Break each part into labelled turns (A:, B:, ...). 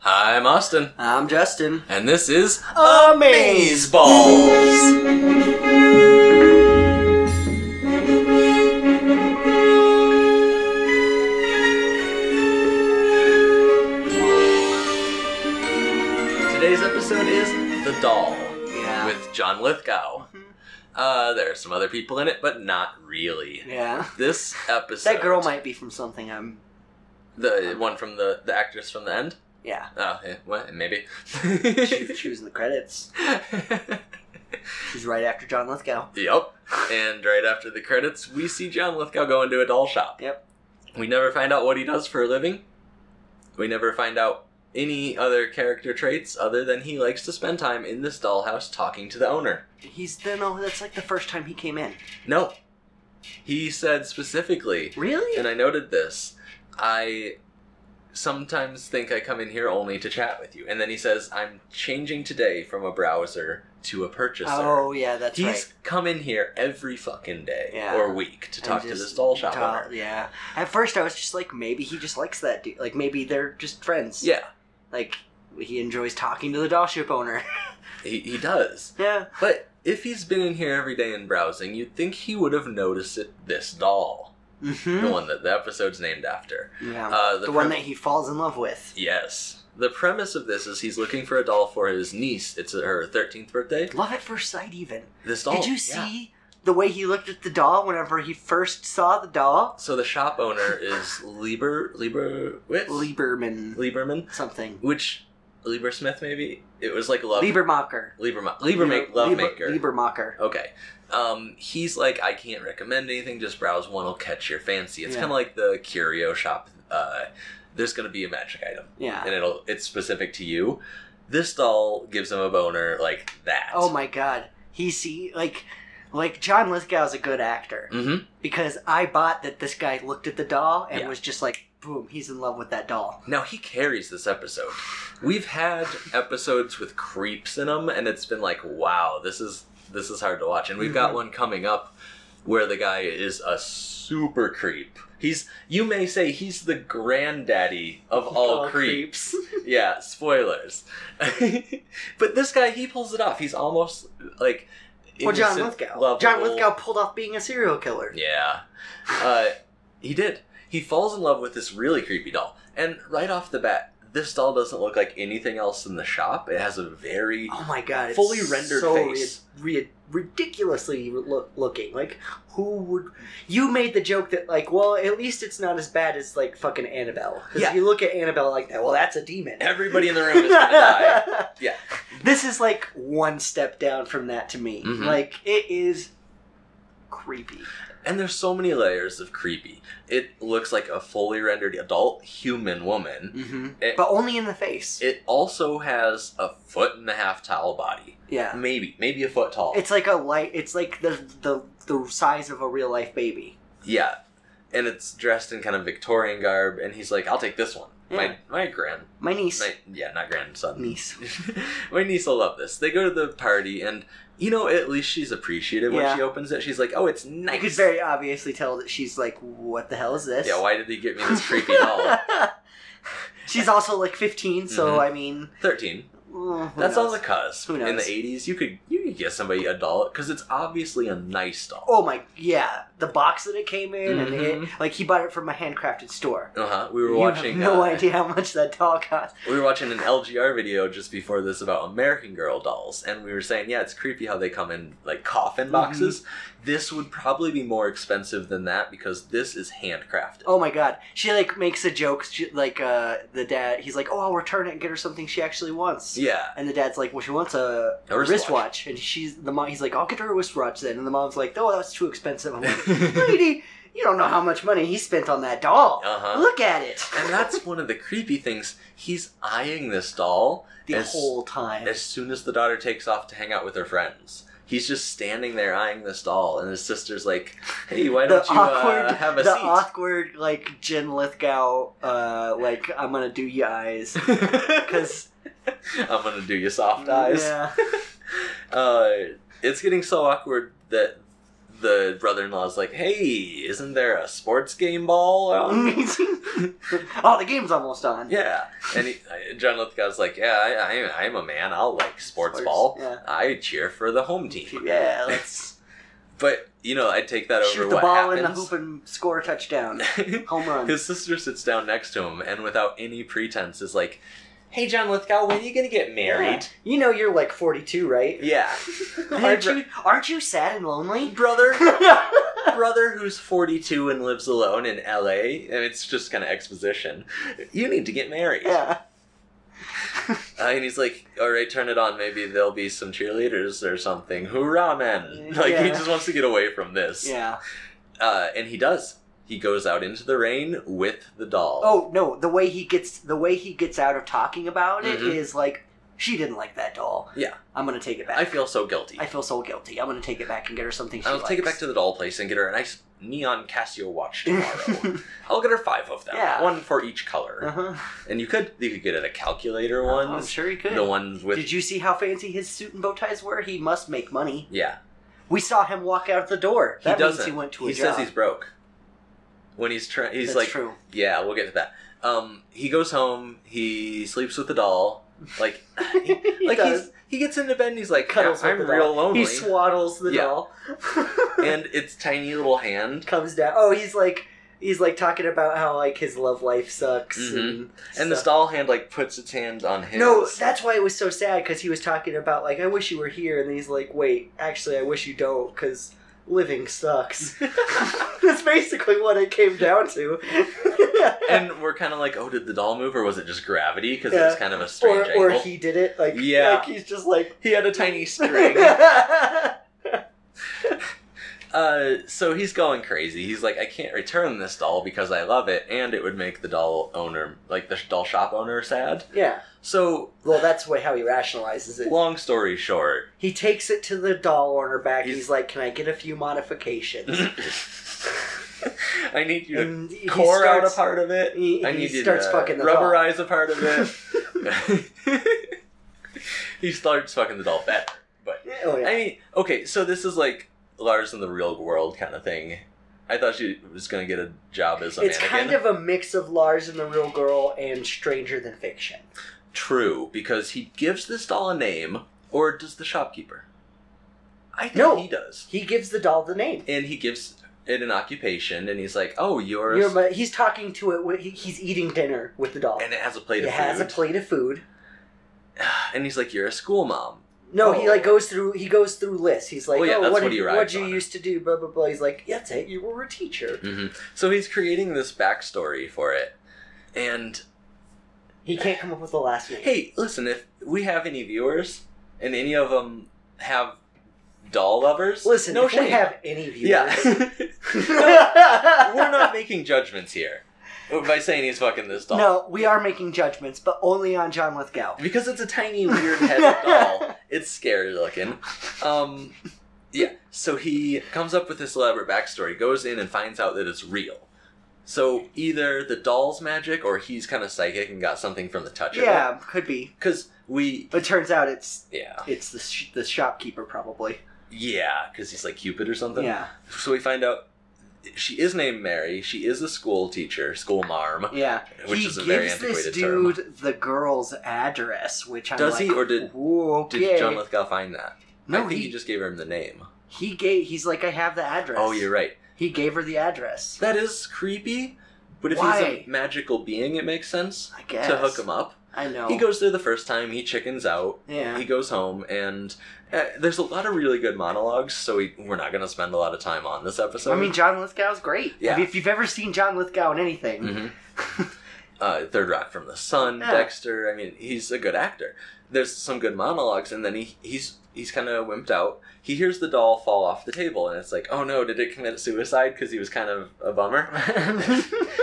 A: Hi, I'm Austin,
B: I'm Justin.
A: and this is
B: Amaze
A: Balls. Today's episode is The Doll
B: Yeah.
A: with John Lithgow.
B: Mm-hmm.
A: Uh, there are some other people in it, but not really.
B: yeah.
A: This episode,
B: That girl might be from something I'm.
A: the one from the the actress from the end.
B: Yeah.
A: Oh, yeah, what? Maybe.
B: She, she was in the credits. She's right after John Lithgow.
A: Yep. And right after the credits, we see John Lithgow go into a doll shop.
B: Yep.
A: We never find out what he does for a living. We never find out any other character traits other than he likes to spend time in this dollhouse talking to the owner.
B: He's then. No, that's like the first time he came in.
A: No. He said specifically,
B: Really?
A: and I noted this, I sometimes think I come in here only to chat with you. And then he says, I'm changing today from a browser to a purchaser.
B: oh yeah, that's
A: He's
B: right.
A: come in here every fucking day
B: Yeah.
A: or week to talk
B: And
A: to
B: just
A: this doll shop
B: tell-
A: owner.
B: Yeah. At first, I was just like, maybe he just likes that dude. Like maybe they're just friends.
A: Yeah,
B: Like he enjoys talking to the doll ship owner.
A: he, he does.
B: yeah.
A: But if he's been in here every day and browsing, you'd think he would have noticed it, this doll, the
B: Mm-hmm.
A: one that the episode's named after.
B: Yeah.
A: Uh,
B: the one
A: prem-
B: that he falls in love with.
A: Yes. The premise of this is he's looking for a doll for his niece. It's her 13th birthday.
B: Love at first sight, even.
A: This doll.
B: Did you
A: yeah.
B: see the way he looked at the doll whenever he first saw the doll?
A: So the shop owner is Lieber. Lieber. Lieberman.
B: Lieberman
A: Lieberman.
B: something.
A: Which. Lieber Smith, maybe? It was like love.
B: Liebermacher.
A: Lieberma- Lieberma- love maker.
B: Liebermacher.
A: Okay. Um, he's like, I can't recommend anything. Just browse one will catch your fancy. It's
B: Yeah.
A: kind of like the curio shop. Uh, there's gonna be a magic item,
B: Yeah.
A: and it'll it's specific to you. This doll gives him a boner like that.
B: Oh my god. He see like like John Lithgow's a good actor
A: Mm-hmm.
B: because I bought that this guy looked at the doll and
A: Yeah.
B: was just like, boom, he's in love with that doll.
A: Now he carries this episode. We've had episodes with creeps in them, and it's been like, wow, this is this is hard to watch. And we've got
B: Mhm.
A: one coming up where the guy is a super creep. He's you may say he's the granddaddy of all creeps. yeah, spoilers. but this guy, he pulls it off. He's almost like.
B: Well, John
A: innocent
B: Lithgow.
A: level.
B: John Lithgow pulled off being a serial killer.
A: Yeah. Uh, he did. He falls in love with this really creepy doll. And right off the bat, this doll doesn't look like anything else in the shop. It has a very.
B: Oh my god! It's
A: Fully rendered
B: so
A: face.
B: ri- ri- ridiculously look- looking. Like who would? You made the joke that like, well, at least it's not as bad as like fucking Annabelle. 'Cause
A: Yeah.
B: If you look at Annabelle like that, well, that's a demon.
A: Everybody in the room is gonna die. Yeah.
B: This is like one step down from that to me.
A: Mhm.
B: Like it is creepy.
A: And there's so many layers of creepy. It looks like a fully rendered adult human woman.
B: Mm-hmm.
A: It-
B: but only in the face.
A: It also has a foot and a half tall body.
B: yeah.
A: Maybe, maybe a foot tall.
B: It's like a light. It's like the the the size of a real life baby.
A: Yeah. And it's dressed in kind of Victorian garb, and he's like, I'll take this one.
B: Yeah.
A: My my grand
B: My niece.
A: my, yeah, not grandson.
B: niece.
A: my niece will love this. They go to the party and you know, at least she's appreciative when
B: Yeah.
A: she opens it. She's like, Oh, it's
B: I could
A: nice.
B: very obviously tell that she's like, "What the hell is this?"
A: yeah, why did he get me this creepy doll?
B: she's also like 15, so
A: Mhm.
B: I mean,
A: Thirteen.
B: mm, who
A: That's
B: knows?
A: on the cusp.
B: Who
A: In the
B: knows?
A: eighties, you could you could get somebody a doll because it's obviously a nice doll.
B: Oh my, yeah, the box that it came in, and
A: Mhm.
B: it, like he bought it from a handcrafted store.
A: Uh huh. We were
B: You
A: watching.
B: have no
A: uh,
B: idea how much that doll cost.
A: We were watching an LGR video just before this about American Girl dolls, and we were saying, yeah, it's creepy how they come in like coffin
B: Mm-hmm.
A: boxes. This would probably be more expensive than that because this is handcrafted.
B: Oh my god, she like makes a joke, she, like uh, the dad, he's like, "Oh, I'll return it and get her something she actually wants."
A: Yeah,
B: And the dad's like, "Well, she wants a,
A: A
B: a
A: wristwatch."
B: wristwatch. and she's the mom. He's like, "I'll get her a wristwatch then." And the mom's like, "Oh, that's too expensive." I'm like, "Lady, you don't know how much money he spent on that doll.
A: Uh-huh.
B: Look at it."
A: and that's one of the creepy things. He's eyeing this doll
B: the
A: as-
B: whole time.
A: as soon as the daughter takes off to hang out with her friends. He's just standing there eyeing this doll, and his sister's like, "Hey, why
B: the
A: don't you
B: awkward,
A: uh, have a
B: the
A: seat?"
B: awkward, like Jen Lithgow, uh, like I'm gonna do you eyes because
A: I'm gonna do you soft eyes.
B: Yeah,
A: Uh, it's getting so awkward that the brother-in-law's like, "Hey, isn't there a sports game ball?" on?"
B: oh, the game's almost on.
A: yeah, and he, uh, John Lithgow's like, "Yeah, I, I, I'm a man. I'll like sports, ball.
B: Yeah.
A: I cheer for the home team."
B: Yeah, let's
A: But you know, I take that over
B: shoot the
A: what
B: ball in the
A: happens.
B: hoop and score a touchdown. Home run.
A: His sister sits down next to him and without any pretense is like, Hey, John Lithgow, when are you going to get married?
B: You know you're like 42, right?
A: Yeah.
B: aren't you aren't you sad and lonely?
A: Brother, brother who's 42 and lives alone in LA, and it's just kind of exposition. You need to get married.
B: yeah.
A: Uh, and he's like, All right, turn it on. Maybe there'll be some cheerleaders or something. Hoorah, men. Like, he
B: Yeah.
A: just wants to get away from this.
B: Yeah.
A: Uh, and he does. He goes out into the rain with the doll.
B: Oh no, the way he gets the way he gets out of talking about it is
A: Mhm.
B: like she didn't like that doll.
A: Yeah.
B: I'm gonna take it back.
A: I feel so guilty.
B: I feel so guilty. I'm gonna take it back and get her something she
A: I'll take it back
B: likes.
A: to the doll place and get her a nice neon Casio watch tomorrow. I'll get her five of them,
B: Yeah.
A: one for each color.
B: uh-huh.
A: And you could you could get her the calculator
B: Oh, I'm
A: ones,
B: sure he could.
A: the ones with
B: Did you see how fancy his suit and bow ties were? He must make money.
A: yeah.
B: We saw him walk out the door.
A: He
B: That
A: doesn't.
B: means he went to a
A: he
B: job.
A: says he's broke. When he's trying, he's
B: That's
A: like,
B: true.
A: yeah, we'll get to that. Um, he goes home. He sleeps with the doll. Like, he, like he's, he gets into bed and he's like, yeah,
B: Cuddles with
A: I'm
B: the
A: real
B: doll.
A: lonely.
B: He swaddles the
A: Yeah.
B: doll.
A: and its tiny little hand,
B: comes down. Oh, he's like he's like talking about how like his love life sucks and
A: Mm-hmm. and this
B: stuff.
A: doll hand like puts its hand on his.
B: No, that's why it was so sad because he was talking about like I wish you were here, and then he's like, wait, actually, I wish you don't because living sucks. that's basically what it came down to.
A: and we're kind of like, oh, did the doll move or was it just gravity? Because
B: Yeah.
A: it's kind of a strange
B: or, or
A: angle.
B: he did it like
A: Yeah.
B: like he's just like
A: He had a tiny string.
B: yeah
A: uh, so he's going crazy. He's like, I can't return this doll because I love it, and it would make the doll owner, like the doll shop owner, sad. So,
B: well that's way how he rationalizes it
A: long story short,
B: he takes it to the doll owner back
A: He's-
B: he's, like can i get a few modifications
A: I need you to
B: and he
A: core out
B: starts,
A: a part of it.
B: he,
A: I uh,
B: he
A: need you
B: starts
A: to
B: fucking the doll.
A: rubberize a part of it. he starts fucking the doll better, but
B: oh, yeah.
A: I mean, okay, so this is like Lars in the real world kind of thing. I thought she was going to get a job as a
B: it's
A: mannequin.
B: kind of a mix of Lars and the Real Girl and Stranger Than Fiction.
A: True, because he gives this doll a name, or does the shopkeeper? I think
B: No.
A: he does.
B: He gives the doll the name.
A: And he gives it an occupation, and he's like, "Oh, yours,"
B: You're, my- he's talking to it. when he- He's eating dinner with the doll.
A: and it has a plate
B: It
A: of
B: has a
A: food.
B: plate of food.
A: and he's like, "You're a school mom."
B: No, he
A: Oh.
B: like goes through. He goes through lists. He's like,
A: Well, yeah,
B: oh,
A: that's
B: what
A: what
B: did
A: he
B: you,
A: rides
B: what'd you
A: on.
B: used to do? Blah blah blah. He's like, yeah, that's it. You were a teacher.
A: hmm So he's creating this backstory for it, and
B: He can't come up with a last name.
A: Hey, listen, if we have any viewers and any of them have doll lovers,
B: listen,
A: no
B: if
A: shame.
B: we have any viewers,
A: yeah. We're
B: we're
A: not making judgments here by saying he's fucking this doll.
B: No, we are making judgments, but only on John Lithgow.
A: Because it's a tiny, weird head doll. It's scary looking. Um, yeah, so he comes up with this elaborate backstory, goes in and finds out that it's real. So either the doll's magic or he's kind of psychic and got something from the touch of it.
B: Yeah, could be.
A: Because we.
B: But turns out it's
A: Yeah.
B: it's the sh- the shopkeeper probably.
A: Yeah, because he's like Cupid or something.
B: Yeah,
A: So we find out she is named Mary. She is a school teacher, school marm.
B: yeah.
A: Which
B: he
A: is a
B: gives
A: very
B: this
A: antiquated term.
B: dude the girl's address, which I'm
A: Does
B: like,
A: he, or did-
B: "Whoa, okay.
A: Did John Lithgow find that? I
B: no,
A: think
B: he
A: he just gave her the name.
B: he gave. He's like, I have the address.
A: Oh, you're right.
B: He gave her the address.
A: That is creepy. But if
B: Why?
A: he's a magical being, it makes sense
B: I guess
A: to hook him up.
B: I know.
A: He goes there the first time. He chickens out.
B: Oh. Yeah.
A: He goes home, and uh, there's a lot of really good monologues. So we, we're not going to spend a lot of time on this episode.
B: I mean, John Lithgow's great.
A: Yeah.
B: If you've ever seen John Lithgow in anything,
A: hmm uh, Third Rock from the Sun,
B: Mm-hmm. Yeah.
A: Dexter. I mean, he's a good actor. There's some good monologues, and then he he's he's kind of wimped out. He hears the doll fall off the table, and it's like, oh no, did it commit suicide? Because he was kind of a bummer.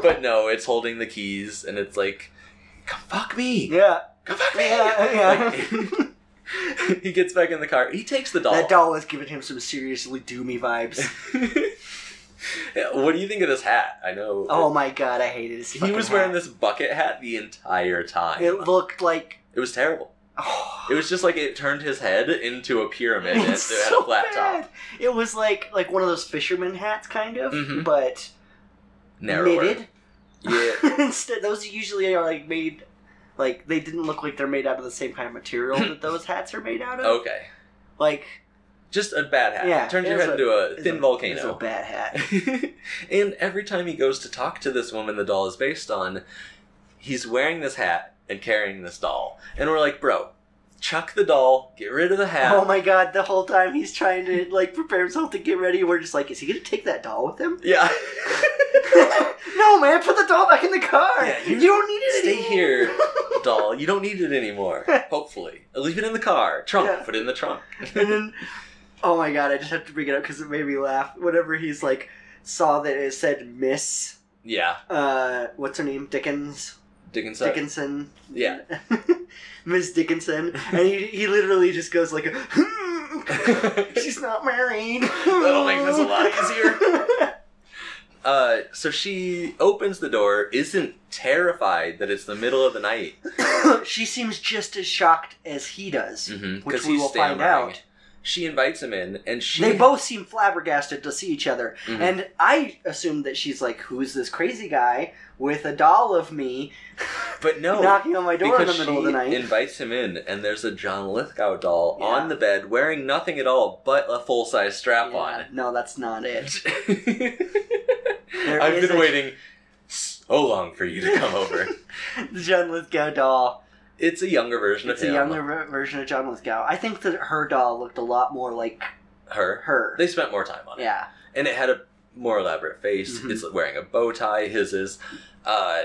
A: But no, it's holding the keys, and it's like, come fuck me,
B: yeah,
A: come fuck me.
B: yeah, yeah.
A: Like, he gets back in the car. He takes the doll.
B: That doll was giving him some seriously doomy vibes.
A: Yeah, what do you think of this hat? I know.
B: oh my god, I hated his.
A: he
B: fucking
A: was wearing
B: hat.
A: this bucket hat the entire time.
B: It looked like
A: It was terrible.
B: Oh,
A: It was just like it turned his head into a pyramid and it
B: it's
A: had
B: so
A: a flat top.
B: bad. It was like like one of those fisherman hats, kind of,
A: Mhm.
B: but
A: Narrower.
B: knitted.
A: Yeah.
B: Instead, those usually are like made, like they didn't look like they're made out of the same kind of material that those hats are made out of.
A: Okay.
B: Like
A: Just a bad hat.
B: Yeah,
A: Turns your
B: it's
A: head
B: a-
A: into a
B: it's
A: thin
B: a- it's a
A: volcano.
B: bad hat.
A: and every time he goes to talk to this woman the doll is based on, he's wearing this hat and carrying this doll. And we're like, bro, chuck the doll, get rid of the hat.
B: Oh my god! The whole time he's trying to like prepare himself to get ready, we're just like, is he gonna take that doll with him?
A: yeah.
B: no, man, put the doll back in the car.
A: Yeah,
B: you,
A: you-
B: don't need it.
A: Stay
B: anymore.
A: here, doll. You don't need it anymore. Hopefully. Leave it in the car. Trunk.
B: Yeah.
A: Put it in the trunk.
B: and then, oh my god, I just have to bring it up because it made me laugh. Whenever he's like, saw that it said Miss,
A: Yeah.
B: uh, what's her name? Dickens?
A: Dickinson.
B: Dickinson?
A: Yeah.
B: Miss Dickinson. And he, he literally just goes like, hmm, she's not married. That'll
A: make this a lot easier. uh, so she opens the door, isn't terrified that it's the middle of the night.
B: she seems just as shocked as he does,
A: Mhm,
B: which
A: 'cause
B: we
A: he's
B: will
A: stammering.
B: find
A: Mm.
B: out.
A: She invites him in, and she.
B: They both seem flabbergasted to see each other.
A: Mhm.
B: And I assume that she's like, who's this crazy guy with a doll of me
A: But no.
B: knocking on my door in the
A: because
B: middle of the
A: she
B: night?
A: invites him in, and there's a John Lithgow doll
B: Yeah.
A: on the bed wearing nothing at all but a full size strap
B: Yeah,
A: on.
B: No, that's not it. There
A: I've
B: is
A: been
B: a-
A: waiting so long for you to come over.
B: The John Lithgow doll.
A: It's a younger version
B: It's
A: of
B: a
A: him.
B: younger ver- version of John Lithgow. I think that her doll looked a lot more like
A: Her.
B: her.
A: They spent more time on it.
B: Yeah.
A: and it had a more elaborate face.
B: Mhm.
A: It's wearing a bow tie. His is. Uh,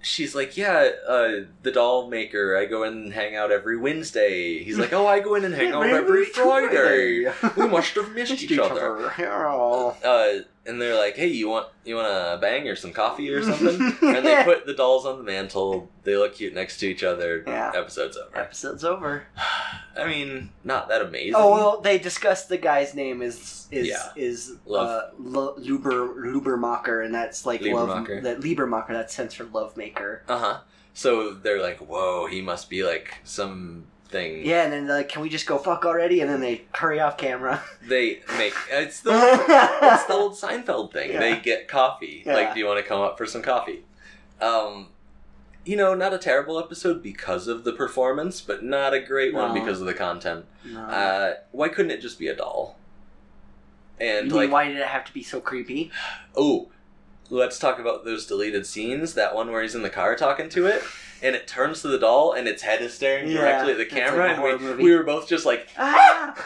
A: she's like, yeah, uh, the doll maker. I go in and hang out every Wednesday. He's like, oh, I go in and hang out every Friday. We must have missed
B: Missed
A: each, other.
B: Oh.
A: Uh, and they're like, hey, you want you want to bang or some coffee or something? and they put the dolls on the mantle. They look cute next to each other.
B: Yeah.
A: Episode's over.
B: Episode's over.
A: I mean, not that amazing.
B: Oh well, they discussed the guy's name is is
A: Yeah.
B: is
A: Love.
B: uh, Lu- Luber Lubermacher, and that's like
A: Liebermacher.
B: love that Liebermacher. That stands for love maker.
A: Uh huh. So they're like, whoa, he must be like something.
B: Yeah, and then they're like, can we just go fuck already? And then they hurry off camera.
A: They make it's the it's
B: it's
A: the old Seinfeld thing.
B: Yeah.
A: They get coffee.
B: Yeah.
A: Like, do you want to come up for some coffee? Um, you know, not a terrible episode because of the performance, but not a great one
B: No.
A: because of the content.
B: No.
A: Uh, why couldn't it just be a doll? And
B: You mean,
A: like,
B: why did it have to be so creepy?
A: oh, let's talk about those deleted scenes. That one where he's in the car talking to it, and it turns to the doll, and its head is staring
B: Yeah,
A: directly at the
B: it's like a
A: camera, and
B: horror
A: we,
B: movie.
A: we were both just like.
B: ah!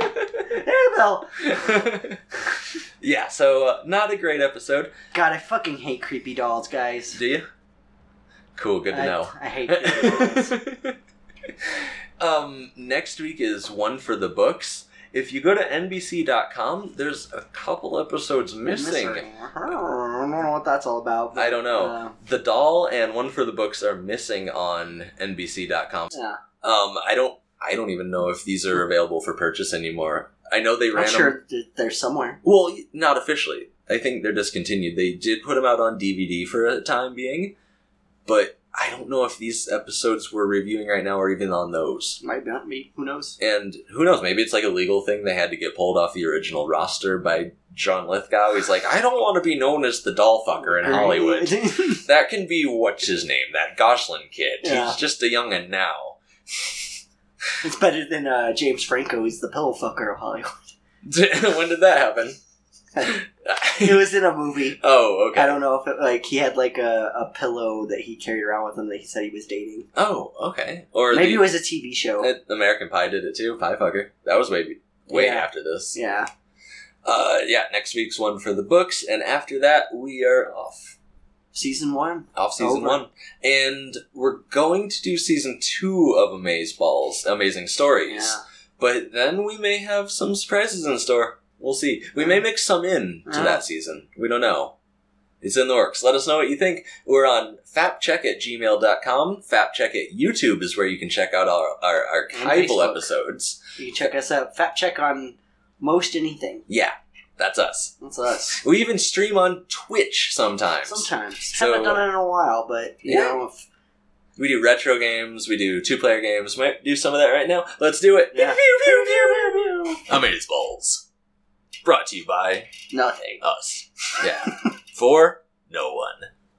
B: Annabelle!
A: yeah, so uh, not a great episode.
B: God, I fucking hate creepy dolls, guys.
A: Do you? Cool, good to
B: I,
A: know.
B: I hate creepy dolls.
A: um, next week is one for the books. If you go to NBC.com, there's a couple episodes missing.
B: I don't know what that's all about.
A: I don't know.
B: Uh,
A: The doll and one for the books are missing on NBC.com.
B: Yeah.
A: Um, I don't. I don't even know if these are available for purchase anymore. I know they
B: I'm
A: ran 'em-
B: sure th- they're somewhere.
A: Well, not officially. I think they're discontinued. They did put them out on DVD for a time being, but I don't know if these episodes we're reviewing right now are even on those.
B: Might not be. Who knows?
A: And who knows? Maybe it's like a legal thing. They had to get pulled off the original roster by John Lithgow. He's like, I don't want to be known as the doll fucker in Hollywood. That can be what's his name? That Goslin kid.
B: Yeah.
A: He's just a youngin' now.
B: It's better than uh, James Franco. He's the pillow fucker of Hollywood.
A: when did that
B: It
A: happen?
B: was in a movie.
A: oh,
B: I
A: okay.
B: don't know if it, like he had like a, a pillow that he carried around with him that he said he was dating.
A: Oh, okay. Or
B: Maybe
A: the-
B: it was a TV show.
A: Uh, American Pie did it too. Pie fucker. That was way way
B: Yeah.
A: after this.
B: yeah.
A: Uh, yeah. Next week's one for the books, and after that we are off
B: Season one.
A: off season
B: Over.
A: one, and we're going to do season two of Amaze Balls, Amazing Stories.
B: Yeah.
A: But then we may have some surprises in store. We'll see. We may mix some in to
B: Yeah.
A: that season. We don't know. It's in the works. Let us know what you think. We're on fapcheck at gmail.com. Fapcheck at YouTube is where you can check out our, our
B: And
A: archival
B: Facebook.
A: episodes.
B: You can check us out. Fact check on most anything.
A: Yeah, that's us.
B: That's us.
A: We even stream on Twitch sometimes.
B: Sometimes.
A: So-
B: Haven't done it in a while, but you
A: Yeah.
B: know, if
A: We do retro games, we do two player games. Might do some of that right now. Let's do it.
B: Yeah.
A: I'm Amazing Balls. Brought to you by
B: Nothing.
A: us. Yeah. For no one.